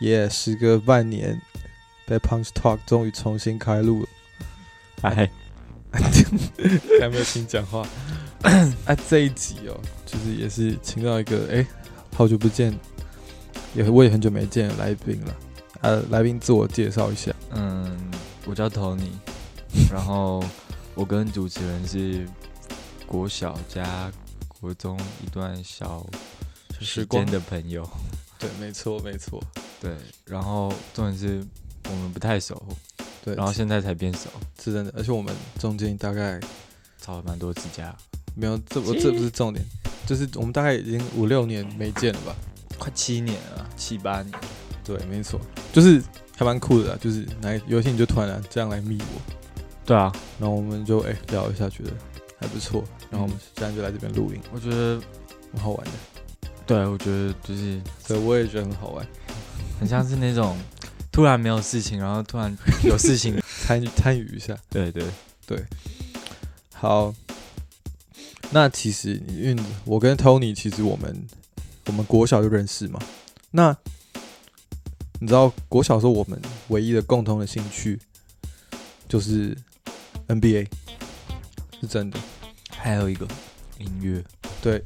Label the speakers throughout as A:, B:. A: 也、时隔半年，Bad Punch Talk 终于重新开录了。
B: 哎，
A: 还没有听讲话 啊！这一集哦，就是也是请到一个哎，好久不见，也我也很久没见的来宾了。呃、啊，来宾自我介绍一下。
B: 嗯，我叫 Tony，然后我跟主持人是国小加国中一段小时间的朋友，
A: 对，没错，没错，
B: 对，然后重点是我们不太熟，
A: 对，
B: 然后现在才变熟，
A: 是真的，而且我们中间大概
B: 吵了蛮多次架，
A: 没有，这我这不是重点，就是我们大概已经五六年没见了吧，
B: 快七年了，七八年，
A: 对，没错，就是还蛮酷的、啊，就是来有一天你就突然、啊、这样来密我，
B: 对啊，
A: 然后我们就哎、聊一下，觉得还不错，然后我们现在就来这边录音，
B: 我觉得，
A: 蛮好玩的，
B: 对，我觉得就是
A: 对，我也觉得很好玩。
B: 很像是那 种突然没有事情，然后突然有事情，
A: 参与参与一下。
B: 对对，
A: 好，那其实因为我跟 Tony 其实我们我们国小就认识嘛。那你知道国小时候我们唯一的共同的兴趣就是 NBA，是真的。
B: 还有一个音乐，
A: 对，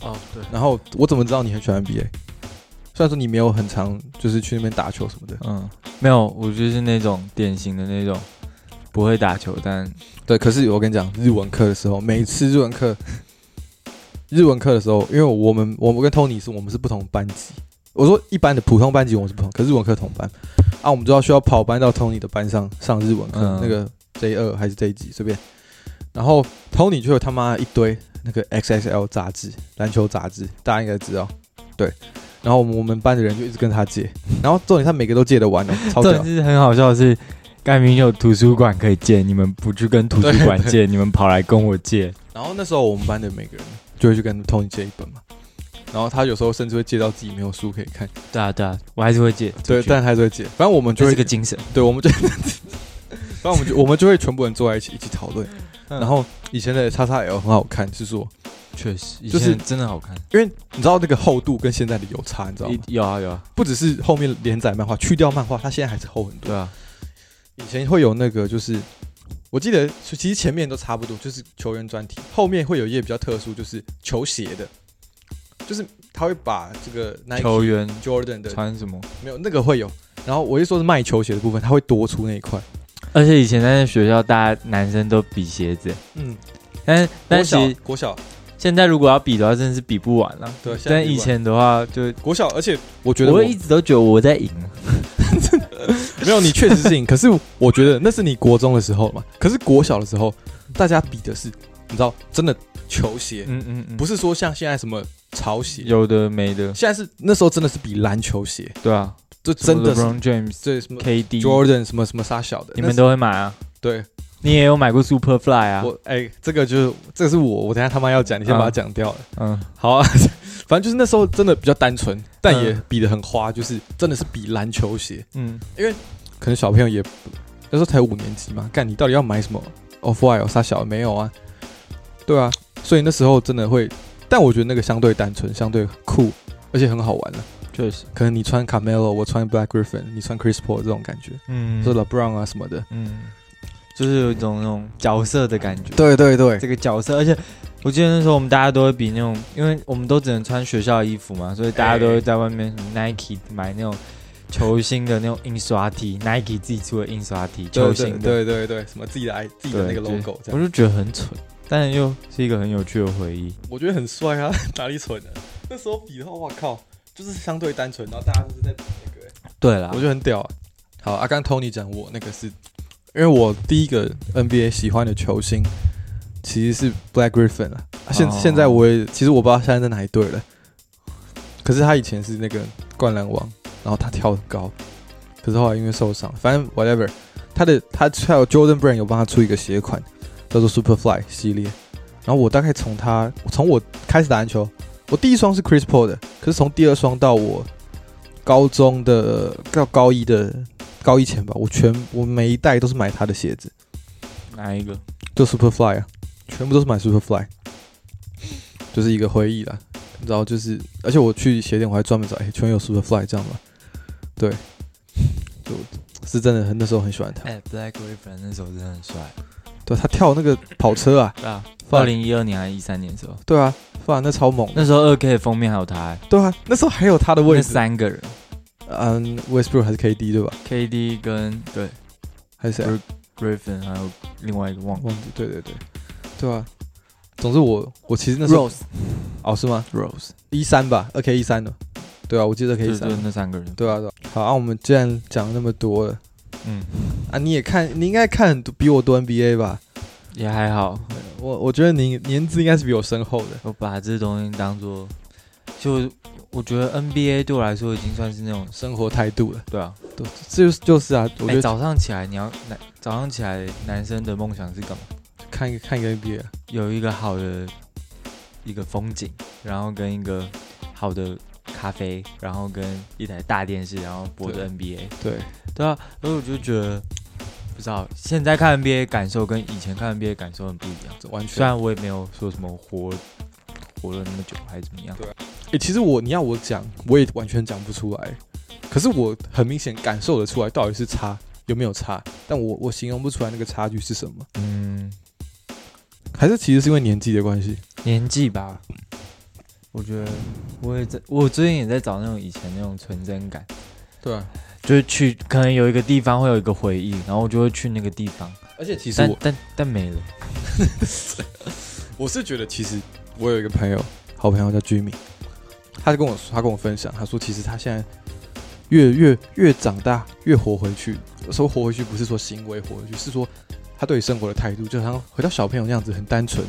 B: 哦对，
A: 然后我怎么知道你很喜欢 NBA？虽然说你没有很常就是去那边打球什么的，
B: 嗯，没有，我就是那种典型的那种不会打球，但
A: 对，可是我跟你讲，日文课的时候，每次日文课， 日文课的时候，因为我们我们跟 Tony 是我们是不同班级，我说一般的普通班级我们是不同，可是日文课同班啊，我们就要需要跑班到 Tony 的班上上日文课，
B: 嗯
A: 那个 J 二还是 J 几随便，然后 Tony 就有他妈一堆那个 XXL 杂志，篮球杂志，大家应该知道，对。然后我们我们班的人就一直跟他借，然后重点他每个都借得完哦，超
B: 这
A: 屌。
B: 是很好笑的是，盖明有图书馆可以借，你们不去跟图书馆 借，你们跑来跟我借，
A: 然后那时候我们班的每个人就会去跟 Tony 借一本嘛，然后他有时候甚至会借到自己没有书可以看，
B: 对啊对啊，我还是会借，
A: 对，但还是会借。反正我们就
B: 就
A: 会
B: 是，个精神，
A: 对，我们就， 反正我们就我们就会全部人坐在一起一起讨论。
B: 嗯
A: 然后以前的叉叉 L 很好看，是说
B: 确实，
A: 就
B: 就是是真的好看，
A: 因为你知道那个厚度跟现在的有差，你知道吗？
B: 有啊有啊，
A: 不只是后面连载漫画，去掉漫画，它现在还是厚很多。
B: 对啊，
A: 以前会有那个，就是我记得其实前面都差不多，就是球员专题，后面会有一页比较特殊，就是球鞋的，就是他会把这个 Nike
B: 球员
A: Jordan 的
B: 穿什么？
A: 没有那个会有，然后我就说是卖球鞋的部分，他会多出那一块。
B: 而且以前在学校，大家男生都比鞋子，
A: 嗯，
B: 但
A: 国
B: 但其
A: 小
B: 实
A: 国小
B: 现在如果要比的话，真的是比不完了。
A: 对现在
B: 但
A: 比不完
B: 以前的话就，
A: 国小，而且我觉
B: 就
A: 得我
B: 我一直都觉得我在赢。
A: 没有你确实 是赢，可是我觉得那是你国中的时候嘛，可是国小的时候大家比的是你知道真的球鞋，
B: 嗯嗯嗯，
A: 不
B: 是
A: 是说像现在什么潮鞋，
B: 有的没的，
A: 现在是那时候真的是比篮球鞋，
B: 对啊，
A: 这真的
B: 什
A: 是
B: 么 LeBron James、
A: 对什么
B: KD，
A: Jordan 什么什么杀小的，
B: 你们
A: 那是
B: 都会买啊？
A: 对
B: 你也有买过 Superfly 啊？
A: 我哎、这个就是这个是我我等一下他妈要讲，你先把它
B: 啊
A: 讲掉了。
B: 嗯，
A: 好啊，反正就是那时候真的比较单纯，但也
B: 嗯
A: 比得很花，就是真的是比篮球鞋。
B: 嗯，
A: 可能小朋友也那时候才五年级嘛，干你到底要买什么 Off White 啥小的没有啊？对啊，所以那时候真的会，但我觉得那个相对单纯，相对酷，而且很好玩了。
B: 确实，
A: 可能你穿 Carmelo，我穿 Black Griffin，你穿 Chris Paul 这种感觉，
B: 嗯
A: 说 LeBron 啊什么的。
B: 嗯，就是有一种那种角色的感觉。
A: 对对对，
B: 这个角色，而且我记得那时候我们大家都会比那种，因为我们都只能穿学校的衣服嘛，所以大家都会在外面 Nike 买那种球星的那种印刷 T Nike 自己出的印刷 T 球星的，
A: 对对对对，什么自己的 i 自己的那个
B: 对
A: logo，这
B: 我
A: 样
B: 就觉得很蠢，但又是一个很有趣的回忆。
A: 我觉得很帅啊， 哪里蠢啊？那时候比的话，我靠，就是相对单纯，然后大家都是在比那个、
B: 对啦
A: 我，觉得很屌、啊。好，啊，刚刚 Tony 讲我那个是，因为我第一个 NBA 喜欢的球星其实是 Black Griffin 啊，啊现、
B: 哦
A: 现在我也其实我不知道现在在哪一队了，可是他以前是那个灌篮王，然后他跳很高，可是后来因为受伤，反正 whatever，他的他还有 Jordan Brand 有帮他出一个鞋款叫做 Superfly 系列，然后我大概从他从我开始打篮球，我第一双是 Chris Paul 的，可是从第二双到我高中的到高一的高一前吧，我全我每一代都是买他的鞋子，
B: 哪一个？
A: 就 Superfly 啊，全部都是买 Superfly，就是一个回忆啦。然后就是，而且我去鞋店我还专门找，哎、全有 Superfly 这样嘛。对，就是真的很那时候很喜欢他。
B: 哎、b l a c k Griffin 那时候真的很帅，
A: 对啊他跳那个跑车啊，
B: 对啊，
A: Fuck
B: 二零一二年还是一三年的时候，
A: 对啊，哇，那超猛的。
B: 那时候二 K 的封面还有他、哎
A: 对啊，那时候还有他的位
B: 那
A: 置。
B: 三个人
A: 嗯，Westbrook 还是 KD 对吧？
B: ，KD 跟对
A: 还是谁啊？
B: Brook- Griffin 还有另外一个忘了
A: 忘记，对对对，对啊。总之我我其实那时候
B: Rose
A: 哦是吗？
B: Rose，
A: 一三吧，二 K 一三的，对啊，我记得
B: 就
A: K 一
B: 是
A: 三
B: 就，是那三个人，
A: 对啊对啊。好啊，我们既然讲了那么多了
B: 嗯，
A: 啊，你也看，你应该看很多比我多 NBA 吧？
B: 也还好，
A: 我我觉得你年资应该是比我深厚的，
B: 我把这东西当做，就我觉得 NBA 对我来说已经算是那种，
A: 生活态度了，
B: 对啊，
A: 对，这就是就是啊，我
B: 哎，
A: 觉得
B: 早上起来你要男早上起来男生的梦想是干嘛？
A: 看一个看一个 NBA，啊
B: 有一个好的一个风景，然后跟一个好的咖啡，然后跟一台大电视，然后播着 NBA。
A: 对，
B: 对啊，所以我就觉得不知道现在看 NBA 感受跟以前看 NBA 感受很不一样。
A: 这完全
B: 虽然我也没有说什么活活了那么久还是怎么样，
A: 欸，其实我你要我讲，我也完全讲不出来。可是我很明显感受得出来，到底是差有没有差，但我我形容不出来那个差距是什么。
B: 嗯，
A: 还是其实是因为年纪的关系。
B: 年纪吧。我觉得我也在，我最近也在找那种以前那种纯真感，
A: 对啊，
B: 就是去可能有一个地方会有一个回忆，然后我就会去那个地方，
A: 啊而且其实
B: 但
A: 我
B: 但但没了。
A: 我是觉得，其实我有一个朋友，好朋友叫 Jimmy，他就跟我说，他跟我分享，他说其实他现在越越越长大越活回去。说活回去不是说行为活回去，是说他对于生活的态度，就好像回到小朋友那样子，很单纯。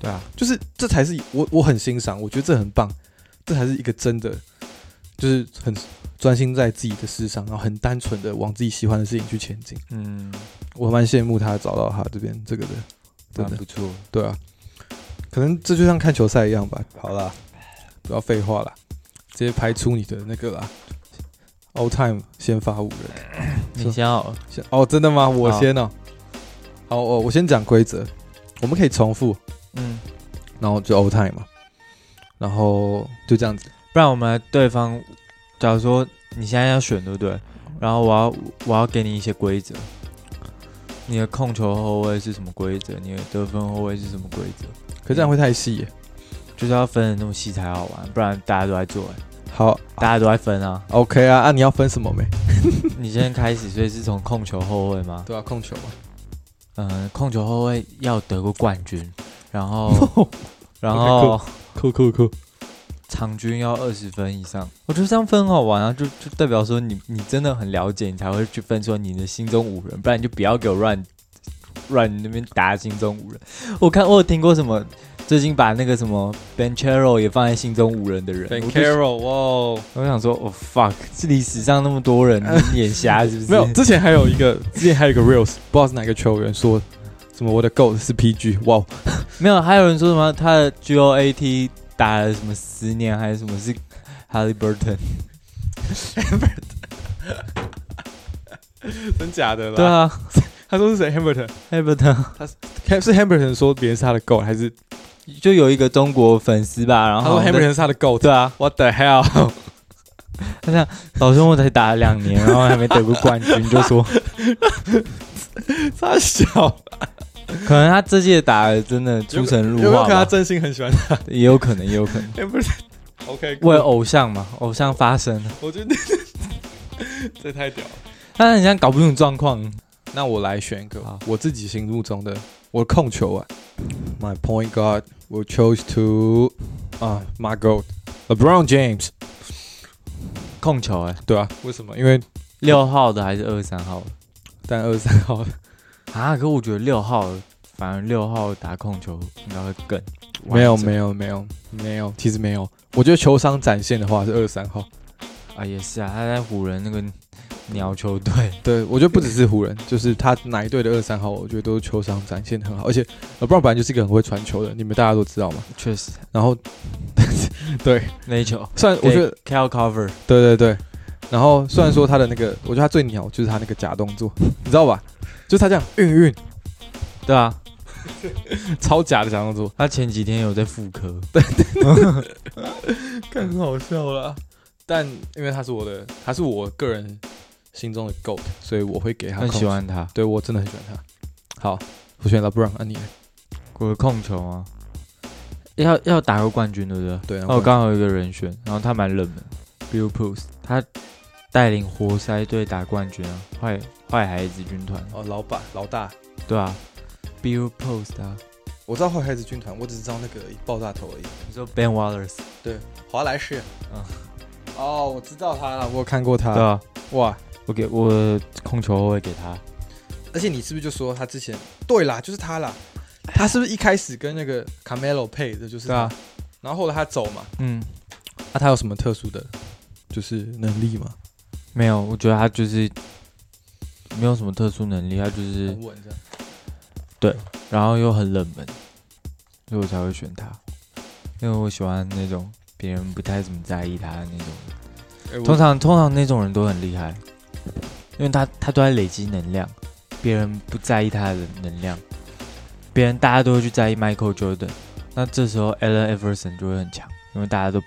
B: 对啊，
A: 就是这才是我我很欣赏，我觉得这很棒，这才是一个真的，就是很专心在自己的事上，然后很单纯的往自己喜欢的事情去前进。
B: 嗯，
A: 我蛮羡慕他找到他这边这个的，真
B: 蛮
A: 的
B: 不错。
A: 对啊，可能这就像看球赛一样吧。好啦，不要废话啦，直接排出你的那个啦。All time 先发五人，
B: 你先好了，
A: 先哦，真的吗？我
B: 好
A: 先哦，好哦，我先讲规则，我们可以重复，
B: 嗯，
A: 然后就 all time 嘛，然后就这样子。
B: 不然我们来对方，假如说你现在要选对不对？
A: 嗯
B: 然后我要我要给你一些规则，你的控球后卫是什么规则？你的得分后卫是什么规则？
A: 可这样会太细耶。
B: 就是要分的那么细才好玩，不然大家都在做、
A: 啊
B: 欸，
A: 嗯好
B: 大家都在分啊。
A: ，OK 啊，啊，你要分什么没？
B: 你先开始，所以是从控球后卫吗？
A: 对啊，控球嘛。
B: 嗯，控球后卫要得过冠军，然后 然后
A: 酷酷酷，
B: 场均要二十分以上，我觉得这样分很好玩啊，就就代表说你你真的很了解，你才会去分说你的心中五人，不然你就不要给我乱乱那边打心中五人。我看我有听过什么，最近把那个什么 Benchero 也放在心中无人的人
A: Ben
B: 我就
A: Carroll，哇哦，
B: 我想说，哦、fuck，是历史上那么多人，你眼瞎是不 是？
A: 没有，之前还有一个，之前还有一个 reels，不知道是哪个球员说什么我的 goal 是 PG，哇哦，
B: 没有，还有人说什么他的 GOAT 打了什么十年还是什 么是 Halliburton？
A: 真假的啦？
B: 对，啊
A: 他说是谁？Hamilton，
B: ，Halliburton。
A: 是 Hamilton 说别人是他的 goal，还是
B: 就有一个中国粉丝吧，然
A: 他说
B: 后好像在
A: Hamilton 是他的 goal？
B: 对啊，
A: What the hell？
B: 老兄我才打了两 年，然后还没得过冠军，就说
A: 他小，
B: 可能他这届打的真的出神
A: 有
B: 入
A: 没有
B: 化
A: 可能他
B: 吧，
A: 真心很喜欢
B: 也有可能，也有可能
A: Hamilton？OK，
B: 为偶像嘛，偶像发声，
A: 我觉得 这太屌了。
B: 但是人家搞不懂状况，
A: 那我来选一个
B: 好
A: 我自己心目中的我的控球啊。My point guard will chose to 啊、m y goat LeBron James。
B: 控球哎、
A: 对啊，为什么？因为
B: 六号的还是二十三号的
A: 但二三号，
B: 啊？可我觉得六号反而六号打控球应该会更
A: 没有
B: 完整
A: 没有没有没有，其实没有。我觉得球商展现的话是二三号。
B: 啊，也是啊，他在湖人那个鸟球队，
A: 对，我觉得不只是湖人，就是他哪一队的二三号，我觉得都是球商展现的很好。而且 LeBron 本来就是一个很会传球的，你们大家都知道嘛。
B: 确实
A: 然后，对，
B: 那一球，
A: 虽然我觉得
B: Cal Cover
A: 对对对，然后虽然说他的那个，我觉得他最鸟就是他那个假动作，你知道吧？就是他这样运运
B: 对啊，
A: 超假的假动作，
B: 他前几天有在复刻。
A: 看很好笑啦。但因为他是我的，他是我个人心中的 GOAT，所以我会给他
B: 很
A: 控
B: 喜
A: 球。
B: 欢他。
A: 对我真的很喜欢他。好，我选 LeBron，啊你呢
B: 我的控球啊，要要打过冠军对不对？
A: 对啊，
B: 哦那我刚好有一个人选，然后他蛮冷门，Bill p o s 他带领活塞队打冠军啊，坏坏孩子军团，
A: 哦老板老大，
B: 对啊，Bill p o s 啊，
A: 我知道坏孩子军团，我只知道那个爆炸头而已。
B: 你说 Ben Wallace，
A: 华莱士，
B: 嗯
A: 哦，我知道他了，我有看过他。
B: 对啊，
A: 哇，
B: 我给我控球后卫给他，
A: 而且你是不是就说他之前？对啦，就是他啦。他是不是一开始跟那个 Camelo 配的就是
B: 对
A: 他？
B: 啊，
A: 然后后来他走嘛，
B: 嗯，
A: 那、啊他有什么特殊的就是能力吗？
B: 没有，我觉得他就是没有什么特殊能力，他就是
A: 很，稳这样。
B: 然后又很冷门，所以我才会选他，因为我喜欢那种别人不太怎么在意他的那种。
A: 哎
B: 通
A: 我
B: 常通常那种人都很厉害，因为他他都在累积能量，别人不在意他的能量，别人大家都会去在意 Michael Jordan，那这时候 Allen Iverson 就会很强，因为大家都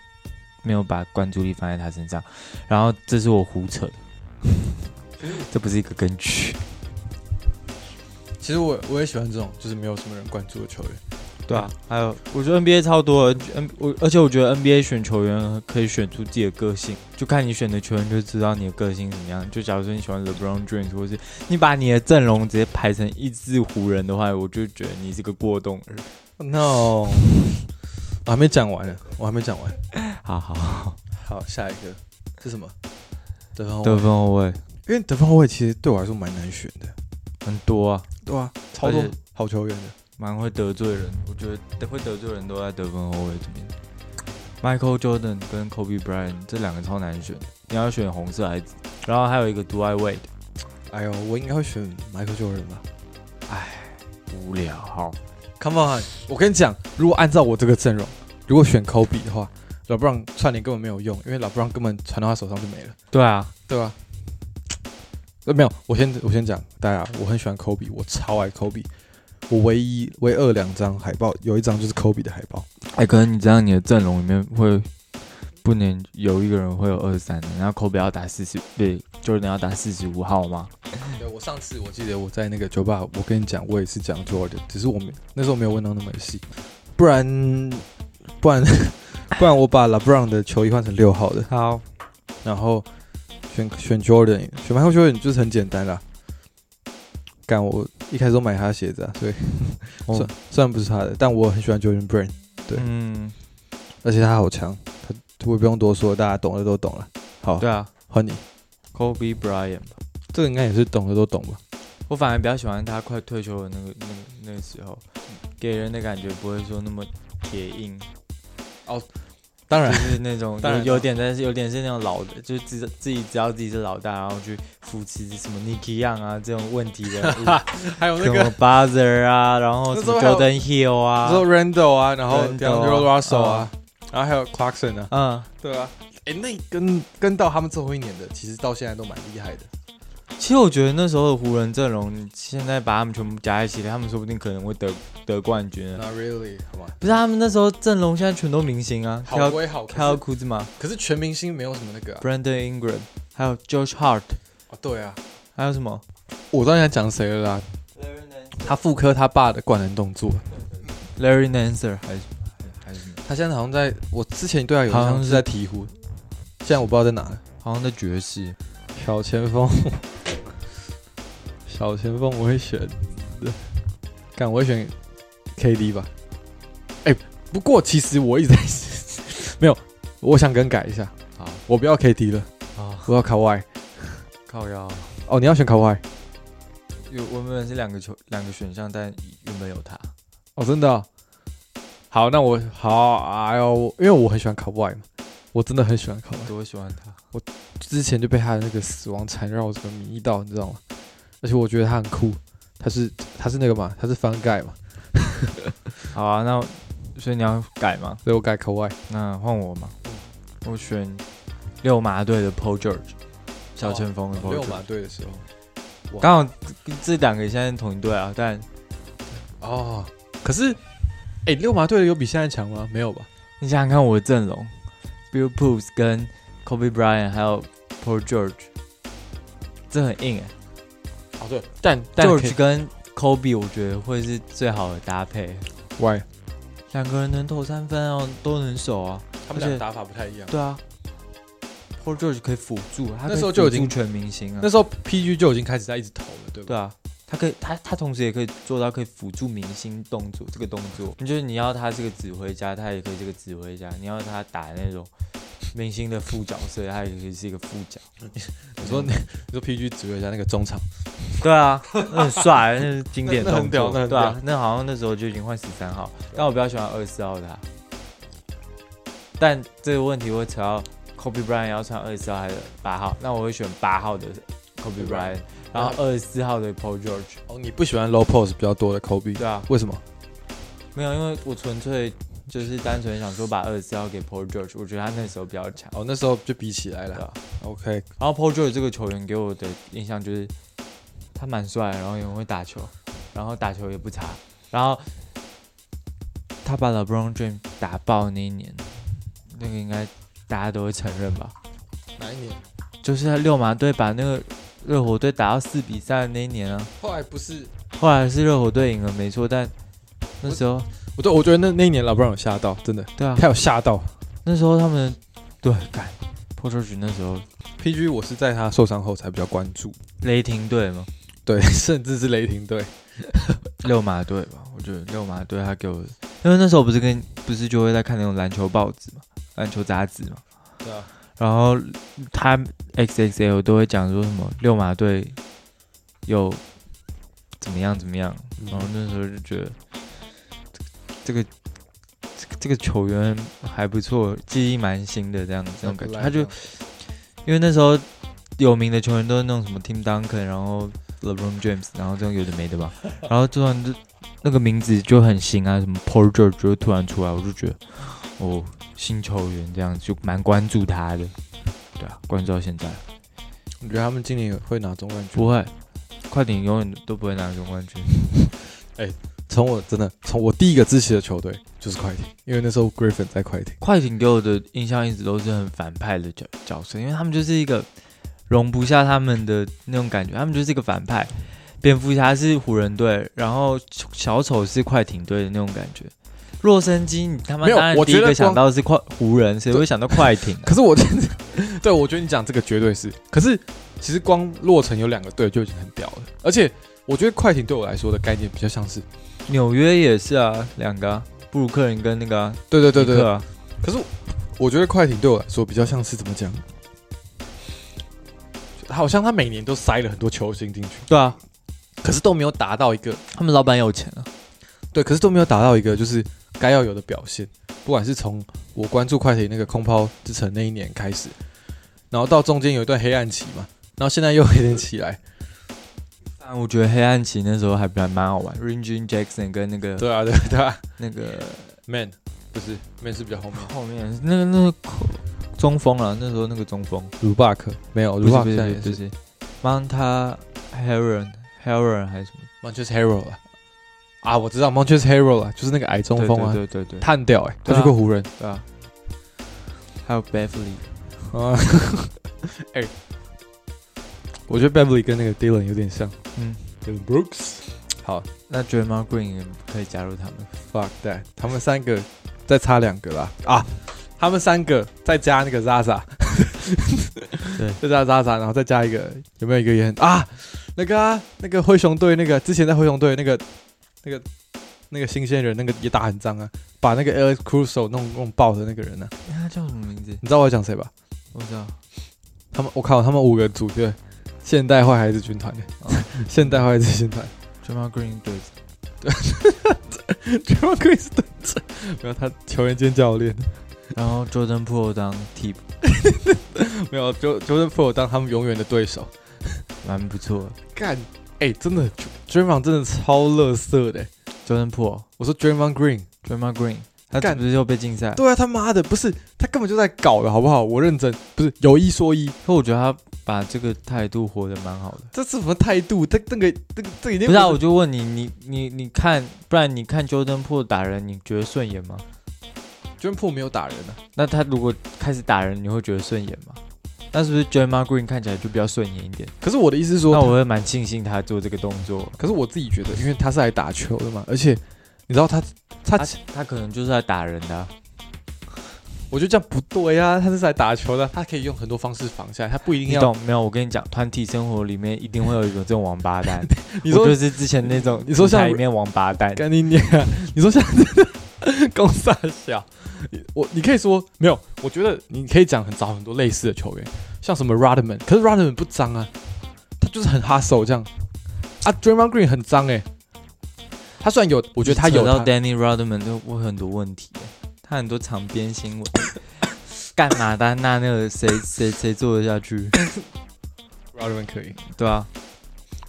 B: 没有把关注力放在他身上。然后这是我胡扯的， 这不是一个根据。
A: 其实我我也喜欢这种就是没有什么人关注的球员。
B: 对啊，还有我觉得 NBA 超多的，N 我而且我觉得 NBA 选球员可以选出自己的个性，就看你选的球员就知道你的个性怎么样。就假如说你喜欢 LeBron James，或是你把你的阵容直接排成一支湖人的话，我就觉得你是个过动儿。
A: No，我还没讲完呢，我还没讲完。
B: 好好好，
A: 好，下一个是什么？得分后卫
B: 得，分后卫
A: 因为得分后卫其实对我来说蛮难选的。
B: 很多啊，
A: 对啊，超多
B: 而且
A: 好球员的。
B: 蛮会得罪人。我觉得会得罪人都在得分后卫这边。Michael Jordan 跟 Kobe Bryant 这两个超难选，你要选红色还是？然后还有一个 Do I Wade，
A: 哎呦，我应该会选 Michael Jordan 吧
B: 无聊。好
A: ？Come on，我跟你讲，如果按照我这个阵容，如果选 Kobe 的话，老布朗串联根本没有用，因为老布朗根本传到他手上就没了，
B: 对啊，
A: 对吧、呃，没有，我先我先讲大家，我很喜欢 Kobe，我超爱 Kobe，我唯一唯二两张海报，有一张就是 Kobe 的海报，
B: 哎、可能你这样你的阵容里面会不能有一个人会有二三的，然后科比要打四十，对，就是你要打四十五号吗？
A: 对，我上次我记得我在那个酒吧，我跟你讲，我也是讲 Jordan，只是我没那时候没有问到那么细，不然不然不然我把 LeBron 的球衣换成六号的，
B: 好，
A: 然后选选 Jordan，选 Michael Jordan 就是很简单啦。干我一开始都买他的鞋子啊，所以、
B: 哦
A: 虽虽然不是他的，但我很喜欢 Jordan Brand，对
B: 嗯，
A: 而且他好强，他我也不用多说，大家懂的都懂了。好，
B: 对啊
A: 换你，
B: ，Kobe Bryant 吧，
A: 这个应该也是懂的都懂吧？
B: 我反而比较喜欢他快退休的那个那个那个时候，给人的感觉不会说那么铁硬，
A: 当
B: 就
A: 然，
B: 是那种
A: 当然
B: 有有点但是有点是那种老的，就是自自己知道自己是老大，然后去扶持什么 Nicky Young 啊这种问题 的人物，
A: 还有
B: 什么 Buzzer 啊，然后
A: 那
B: 什
A: 时候
B: 么
A: 还有
B: Jordan Hill 啊，
A: 说 Randall 啊，然后 d e a n
B: Randle
A: d r e
B: 啊
A: Russell 啊，然后还有 Clarkson 啊，
B: 嗯。
A: 对啊，哎，那跟跟到他们最后一年的，其实到现在都蛮厉害的。
B: 其实我觉得那时候的湖人阵容，你现在把他们全部加在一起，他们说不定可能会得得冠军啊。
A: Not really，好吧，
B: 不是他们那时候阵容现在全都明星啊
A: 好
B: ，Cal
A: 归好，可
B: Cal
A: 是
B: Kuzma、
A: 可是全明星没有什么那个啊。
B: Brandon Ingram，还有 Josh Hart，
A: 哦，对啊，
B: 还有什么？
A: 我知道你在讲谁了啦。他复刻他爸的灌篮动作，
B: Larry Nancer 还是还是什么？
A: 他现在好像在我之前对他有印
B: 好像
A: 象是
B: 是
A: 在鹈鹕，现在我不知道在哪了。
B: 好像在爵士。
A: 小前锋，小前锋我会选，呃干我会选 KD 吧。哎、不过其实我一直在没有，我想更改一下，
B: 好
A: 我不要 KD 了，
B: 啊，
A: 我要卡哇伊。
B: 靠腰。啊
A: 哦，你要选卡哇伊？
B: 有我们原本是两个球两个选项，但原本有他。
A: 哦，真的啊、好，那我好，哎呦，因为我很喜欢卡哇伊嘛，我真的很喜欢卡哇伊。
B: 多喜欢他。
A: 之前就被他的那个死亡缠绕这个迷到，你知道吗？而且我觉得他很酷，他是他是那个嘛，他是翻盖嘛，
B: 好啊，那我所以你要改吗？
A: 所以我改口外。
B: 那换我嘛，我选六马队的 Paul George，小前锋的 Paul
A: 哦六
B: George。
A: 马队的时候，
B: 刚好这两个现在同一队啊，但
A: 哦，可是，哎、六马队的有比现在强吗？没有吧？
B: 你想想看我的阵容，Bill Pools 跟 Kobe Bryant 还有 Paul George，这很硬哎、
A: 哦对，但但可以
B: George 跟 Kobe 我觉得会是最好的搭配，
A: why
B: 两个人能投三分哦，都能守啊。
A: 他
B: 们俩而且
A: 打法不太一样。
B: 对啊，Paul George 可以辅助，他可以
A: 那时候就已
B: 辅助
A: 经
B: 全明星啊
A: 那。时候 PG 就已经开始在一直投了，对吧？
B: 对啊，他可以，他他同时也可以做到可以辅助明星动作这个动作。就是你要他是个指挥家，他也可以这个指挥家；你要他打那种明星的副角色，他也可以是一个副角。
A: 你说你你说 PG 指挥一下那个中场，
B: 对啊，那很帅，那是经典
A: 那那
B: 动
A: 很屌
B: 作。
A: 那很
B: 对啊，那好像那时候就已经换十三号，但我比较喜欢二十四号的他。但这个问题会扯到 Kobe Bryant 要穿二十四号还是八号？那我会选八号的 Kobe Bryant，然后二十四号的 Paul George。
A: 哦，你不喜欢 low post 比较多的 Kobe，
B: 对啊，
A: 为什么？
B: 没有，因为我纯粹就是单纯想说把二十四号给 Paul George，我觉得他那时候比较强。
A: 哦，那时候就比起来
B: 对
A: 了
B: 啊。
A: OK，
B: 然后 Paul George 这个球员给我的印象就是他蛮帅，然后也很会打球，然后打球也不差，然后他把 LeBron James 打爆那一年，那个应该大家都会承认吧？
A: 哪一年？
B: 就是他六马队把那个热火队打到四比三的那一年啊，
A: 后来不是，
B: 后来是热火队赢了没错，但那时候
A: 我对我觉得那那一年老布朗有吓到，真的，
B: 对啊，
A: 他有吓到。
B: 那时候他们对干 Paul George 那时候
A: PG 我是在他受伤后才比较关注，
B: 雷霆队嘛，
A: 对， 甚至是雷霆队。
B: 六马队吧，我觉得六马队他给我，因为那时候不是跟不是就会在看那种篮球报纸嘛，篮球杂志嘛，
A: 对啊，
B: 然后他 XXL 都会讲说什么六马队有怎么样怎么样，
A: 嗯
B: 然后那时候就觉得这个这个这个球员还不错，记忆蛮新的这样子那种感觉，他就因为那时候有名的球员都是那种什么 Tim Duncan，然后 LeBron James，然后这种有的没的吧，然后突然就那个名字就很新啊，什么 Paul George 就突然出来，我就觉得哦，新球员这样就蛮关注他的，对啊，关注到现在
A: 你觉得他们今年会拿总冠军？
B: 不会，快艇永远都不会拿总冠军，
A: 从我真的从我第一个支持的球队就是快艇，因为那时候 Griffin 在快艇。
B: 快艇给我的印象一直都是很反派的角角色，因为他们就是一个容不下他们的那种感觉，他们就是一个反派。蝙蝠侠是湖人队，然后小丑是快艇队的那种感觉。洛杉矶，你他妈
A: 没有
B: 当然
A: 我
B: 第一
A: 觉得
B: 个想
A: 光
B: 到的是快湖人，谁会想到快艇、啊？
A: 可是我 真的，对我觉得你讲这个绝对是。可是其实光洛城有两个队就已经很屌了，而且我觉得快艇对我来说的概念比较像是，
B: 纽约也是啊，两个、啊、布鲁克林跟那个、啊、
A: 对对对对
B: 尼
A: 对
B: 克，啊，
A: 可是我我觉得快艇对我来说比较像是怎么讲，好像他每年都塞了很多球星进去，
B: 对啊，
A: 可是都没有达到一个
B: 他们老板有钱啊，
A: 对，可是都没有达到一个就是该要有的表现。不管是从我关注快艇那个空抛之城那一年开始，然后到中间有一段黑暗期嘛，然后现在又有点起来。
B: 但我觉得黑暗期那时候还蛮蛮好玩 r a n g i n Jackson 跟那个
A: 对啊，对啊对啊
B: 那个
A: ，Man 不是 Man 是比较后面。
B: 后面那个那个中锋了，那时候那个中锋，
A: 鲁巴克没有，
B: 不
A: 鲁
B: 是
A: 巴
B: 不
A: 克
B: 是
A: 现
B: 不
A: 在
B: 是
A: 也
B: 不
A: 是
B: 是 Monta Heron Heron 还是什么
A: Montrezl Harrell 了啊，我知道 Montrezl Harrell 了，就是那个矮中锋啊，
B: 对对对对对
A: 他很屌哎，他
B: 对啊
A: 去过 湖人。
B: 对啊，还有 Beverly，
A: 啊，哎、我觉得 Beverly 跟那个 Dylan 有点像，
B: 嗯
A: ，Dylan Brooks。好
B: 那 d r a m o n Green 也可以加入他们，
A: ，fuck that，他们三个再差两个啦啊，他们三个再加那个 Zaza，
B: 对，
A: 再加 Zaza，然后再加一个有没有一个也很啊，那个啊，那个灰熊队那个之前在灰熊队那个那个那个新鲜人那个也打很脏啊，把那个 Alex Crusoe 弄弄爆的那个人呢、啊，
B: 哎他叫什么名字？
A: 你知道我在讲谁吧？
B: 我知道，
A: 他们我靠，他们五个组队，现代坏孩子军团，
B: 哦
A: 现代坏孩子军团，
B: d r a m o n Green 对
A: 全部可以是队长，没有他球员兼教练，
B: 然后 Jordan Poole 当替补，
A: 没有就就是 f o 当他们永远的对手，
B: 蛮不错的。
A: 干，哎、真的 d r a m o n 真的超乐色的、
B: Jordan Poole，Draymond
A: 我说 d r a m o n Green，
B: Green，他是
A: 干
B: 不是又被禁赛？
A: 对啊，他妈的，不是他根本就在搞的好不好？我认真，不是有一说一，
B: 可我觉得他把这个态度活得蛮好的。
A: 这是什么态度？他那个这个这已经
B: 不是啊，我就问你，你你你看，不然你看 Jordan Poole 打人，你觉得顺眼吗？
A: 捐破没有打人啊，
B: 那他如果开始打人，你会觉得顺眼吗？那是不是 j a m a Green 看起来就比较顺眼一点？
A: 可是我的意思是说，
B: 那我会蛮庆幸他做这个动作。
A: 可是我自己觉得，因为他是来打球的嘛，而且你知道他他，
B: 他他可能就是来打人的啊、
A: 我觉得这样不对啊，他是来打球的，他可以用很多方式防下来，他不一定
B: 你
A: 要。
B: 懂没有？我跟你讲，团体生活里面一定会有一种这种王八 蛋。
A: 你说
B: 我就是之前那种
A: 你说像
B: 舞台里面王八蛋，
A: 跟你娘，你说像这个公萨小，你我你可以说没有，我觉得你可以讲很找很多类似的球员，像什么 Rodman，可是 Rodman 不脏啊，他就是很哈手这样啊，Draymond Green 很脏哎、他虽然有，我
B: 我
A: 觉得他有
B: 到
A: 他
B: Danny Rodman 就会很多问题，他很多场边新 闻。干马丹娜那个谁谁谁做得下去？
A: Rodman 可以，
B: 对啊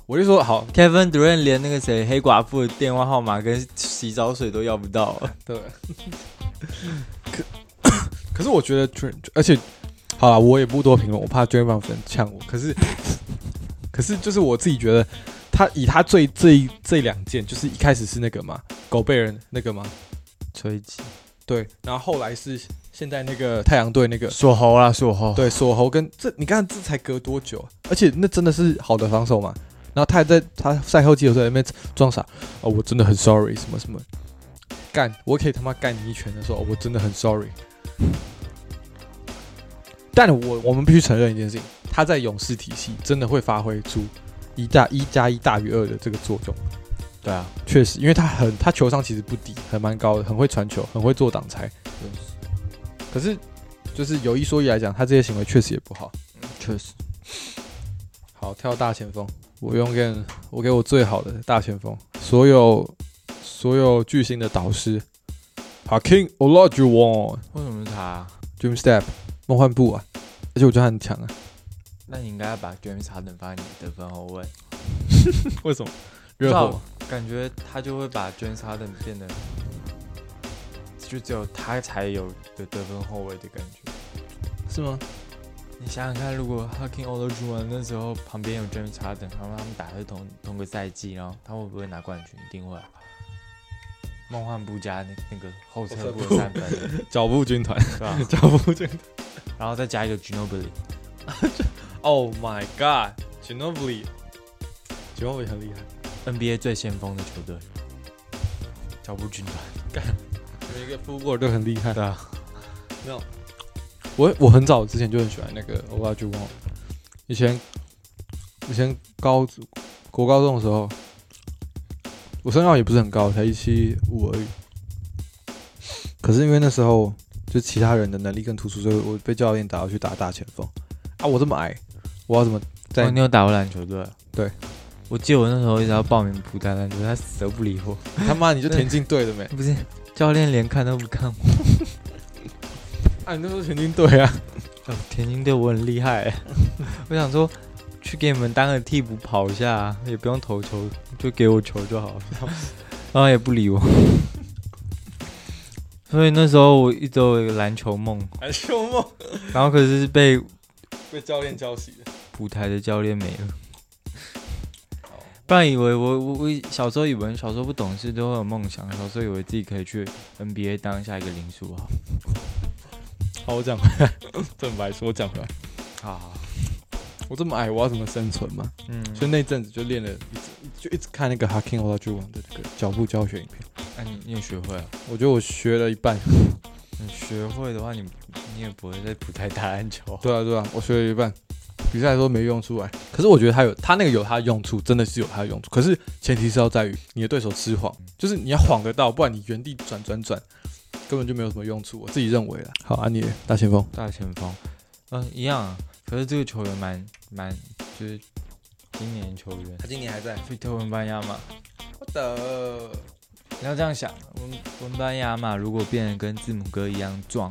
A: 我就说好，
B: ，Kevin Durant 连那个谁黑寡妇的电话号码跟洗澡水都要不到啊。
A: 对。 可 可是我觉得 Dr，而且好了，我也不多评论，我怕 Draymond 粉呛我。可是， 可是就是我自己觉得，他以他最最这两件，就是一开始是那个嘛，狗贝人那个嘛，
B: 吹气，
A: 对，然后后来是现在那个太阳队那个。
B: 锁喉啦，锁喉。
A: 对，锁喉跟这，你看这才隔多久啊、而且那真的是好的防守嘛。然后他还在他赛后记者会在那边装傻，哦，我真的很 sorry，什么什么，干，我可以他妈干你一拳的时候，哦我真的很 sorry。但我我们必须承认一件事情，他在勇士体系真的会发挥出一大一加一大于二的这个作用，
B: 对啊，
A: 确实，因为他很他球商其实不低，很蛮高的，很会传球，很会做挡拆。可是就是有一说一来讲，他这些行为确实也不好。
B: 确实。
A: 好，跳大前锋，我用给我给我最好的大前锋，所有所有巨星的导师，Hakim Olajuwon、
B: 为什么是他啊？
A: Dream Step、梦幻步啊，而且我觉得他很强啊。
B: 那你应该要把 James Harden 放在你的得分后卫，
A: 为什么？热火，
B: 感觉他就会把 James Harden 变得，就只有他才有的得分后卫的感觉。
A: 是吗？
B: 你想想看，如果 Hakim Olajuwon 那时候旁边有 James Harden，然后他们打的是同同个赛季，然后他会不会拿冠军？一定会啊！梦幻不加那那个后撤步的三分，
A: 脚步军团，
B: 对 吧、
A: 脚步军团。
B: 然后再加一个 Ginobili，
A: Oh my God，Ginobili，Ginobili 很厉害，
B: NBA 最先锋的球队，脚步军团。
A: 每个 f o o t b a l 都很厉害。
B: 对啊，
A: 我我很早之前就很喜欢那个 Olajuwon，以前以前高国高中的时候，我身高也不是很高，才一七五而已。可是因为那时候就其他人的能力更突出，所以我被教练打要去打大前锋啊！我这么矮，我要怎么在？
B: 哦，你有打过篮球队？
A: 对，
B: 我记得我那时候一直要报名补打篮球，他死都不理我。
A: 他妈你就田径队的没？
B: 不是，教练连看都不看我。
A: 啊，你那时候田径队啊？
B: 哦田径队我很厉害 欸，我想说去给你们当个替补跑一下啊，也不用投球，就给我球就好 了。然后也不理我， 所以那时候我一直有一个篮球梦，
A: 还秀梦
B: 然后可是被
A: 被教练教醒的。
B: 舞台的教练没了。不然以为我我我小时候以为小时候不懂事都会有梦想，小时候以为自己可以去 NBA 当下一个林书豪。
A: 好，我讲回 来，正白说，我讲回来，
B: 好好，
A: 我这么矮，我要怎么生存嘛？
B: 嗯，
A: 所以那阵子就练了一直就一直看那个 Hakim Olajuwon 的这个脚步教学影片，
B: 那、啊你你也学会了？
A: 我觉得我学了一半。
B: 你学会的话你，你也不会再不太打篮球。
A: 对啊对啊，我学了一半，比赛都没用出来。可是我觉得他有他那个有他的用处，真的是有他的用处。可是前提是要在于你的对手吃晃，就是你要晃得到，不然你原地转转转，根本就没有什么用处。我自己认为啦。好，安、啊、妮大前锋，
B: 大前锋，嗯、一样、啊。可是这个球员蛮蛮，就是今年球员，
A: 今年还在。
B: 所以特文班亚马。
A: 我的，
B: 你要这样想，文文班亚马如果变得跟字母哥一样壮，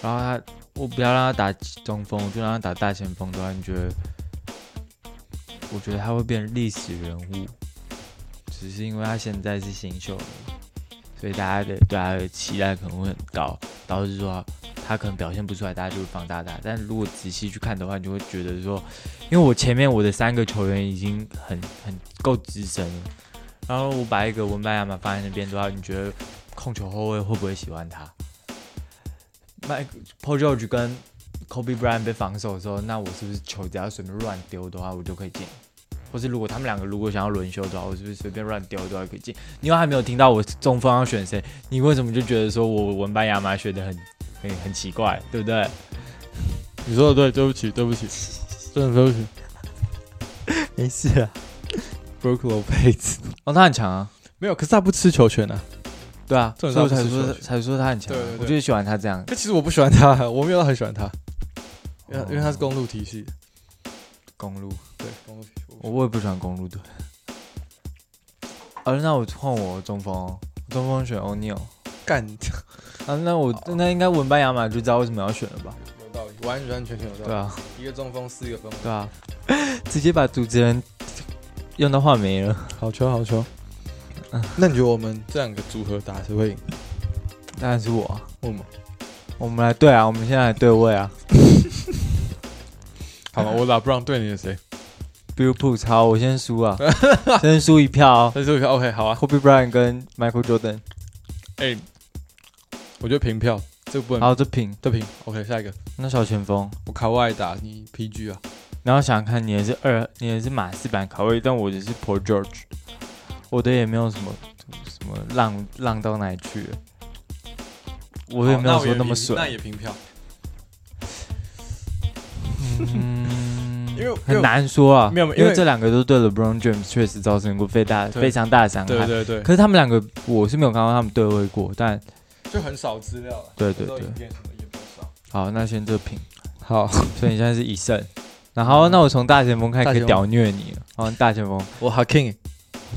B: 然后他，我不要让他打中锋，我就让他打大前锋的话，你觉得？我觉得他会变历史人物，只是因为他现在是新秀而已，所以大家的对他的期待可能会很高，导致说他可能表现不出来，大家就会放大他。但如果仔细去看的话，你就会觉得说，因为我前面我的三个球员已经很很够资深了，然后我把一个文班亚马放在那边的话，你觉得控球后卫会不会喜欢他？ Mike Paul George 跟 Kobe Bryant 被防守的时候，那我是不是球只要随便乱丢的话，我就可以进？或是如果他们两个如果想要轮休的话，我是不是随便乱丢的话可以进？你又还没有听到我中锋要选谁，你为什么就觉得说我文班亚马选的很很很奇怪，对不对？
A: 你说的对，对不起，对不起，真的对不起。
B: 没事啊，
A: Brook Lopez
B: 哦，他很强啊，
A: 没有，可是他不吃球权啊。
B: 对啊，所
A: 重
B: 以
A: 点是他不是
B: 我才说
A: 球
B: 才说他很强啊、
A: 对对对
B: 我就是喜欢他这样。
A: 可其实我不喜欢他， 我没有很喜欢他，因为因为他是
B: 公
A: 公路体系的，
B: 公路，
A: 哦对，公路体系。
B: 我我也不喜欢公路队。啊，那我换我中锋哦，我中锋选欧尼尔。
A: 干，
B: 啊，那我那应该文班亚马就知道为什么要选了吧？
A: 有道理，完全全全有道理。
B: 对啊，
A: 一个中锋，四个分。
B: 对啊， 直接把主持人用到话梅了。
A: 好球，好球。那你觉得我们这两个组合打谁会赢？
B: 当然是我啊，
A: 我吗？
B: 我们来对啊，我们现在来对位啊。
A: 好 了，我打 Brown 对你的谁？
B: Bill p o o t 好，我先输 啊，先输一票哦。
A: 那就 OK，好啊。
B: Kobe Bryant 跟 Michael Jordan，
A: 哎，我觉得平票，这个不能
B: 好，这平。
A: 对平。OK，下一个
B: 那小前锋，
A: 我卡外打你 PG 啊。
B: 然后想想看，你也是二，你也是马刺版卡位，但我只是 Paul George，我的也没有什么什么浪浪到哪里去了，我也没有说那
A: 好那我也
B: 么水，
A: 平那也平票。
B: 嗯，
A: 因为因为
B: 很难说啊，
A: 没有没有
B: 因
A: 因
B: 为
A: 为
B: 这两个都对 LeBron James 确实造成过非大
A: 对
B: 非常大的伤害，
A: 对对对，
B: 可是他们两个我是没有看到他们对位过，但
A: 就很少资料啊了。
B: 对对对
A: 影，片什么也比较少。
B: 好，那先这平，
A: 好，
B: 所以你现在是一胜，然后那我从大前锋开始
A: 嗯大前
B: 可以
A: 锋
B: 屌虐你了，好，大前锋，
A: 我 Hakim，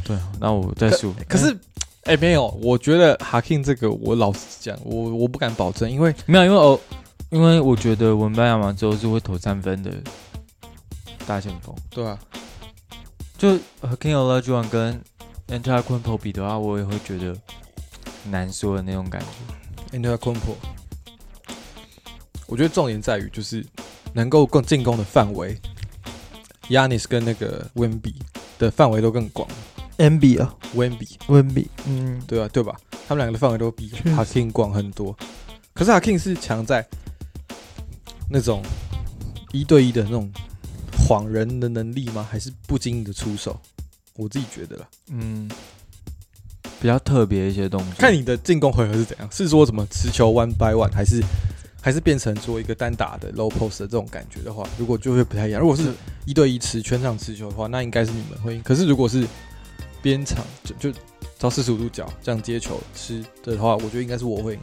B: 对，那我再输，
A: 可是，哎、没有，我觉得 Hakim 这个，我老实讲，我我不敢保证，因为
B: 没有，因为我因为我觉得文班亚马之后是会投三分的大前锋，
A: 对啊，
B: 就和 King o l a j u a n 跟 a n t e r q u i n p o 比的话，我也会觉得很难说的那种感觉。
A: a n t e r c o m p o 我觉得重点在于就是能够更进攻的范围，Yanis 跟那个 Wemby 的范围都更广
B: n b 啊
A: ，Wemby
B: n b 嗯，
A: 对啊，对吧？他们两个的范围都比
B: 确实
A: Hakim 广很多，可是 Hakim 是强在那种一对一的那种晃人的能力吗？还是不经意的出手？我自己觉得啦。
B: 嗯，比较特别一些动作。
A: 看你的进攻回合是怎样，是说怎么持球 one by one，还是还是变成做一个单打的 low post 的这种感觉的话，如果就会不太一样。如果是一对一持全场持球的话，那应该是你们会赢。可是如果是边场就就到四十五度角这样接球吃的话，我觉得应该是我会赢。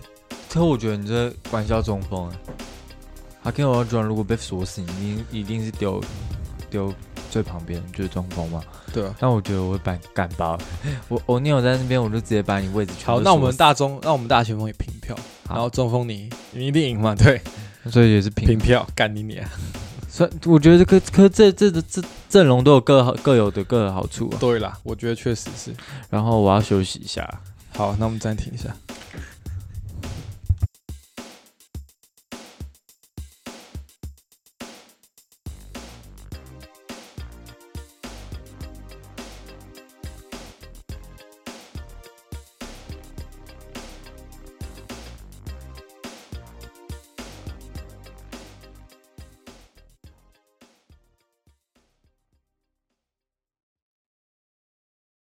B: 可我觉得你这管校中锋、欸，他 King o l a j u a n 如果被锁死，你一定一定是丢丢最旁边就是中锋嘛。
A: 对啊。
B: 但我觉得我会把你干爆。 我欧尼尔在那边，我就直接把你位置全部
A: 好，那我
B: 锁
A: 们
B: 死
A: 大中，那我们大前锋也平票，
B: 好
A: 然后中锋你你一定赢嘛？对，
B: 所以也是平
A: 平。票干你你啊！
B: 所以我觉得可可这这这这阵容都有各好各有的各的好处啊。
A: 对啦，我觉得确实是。
B: 然后我要休息一下。
A: 好，那我们暂停一下。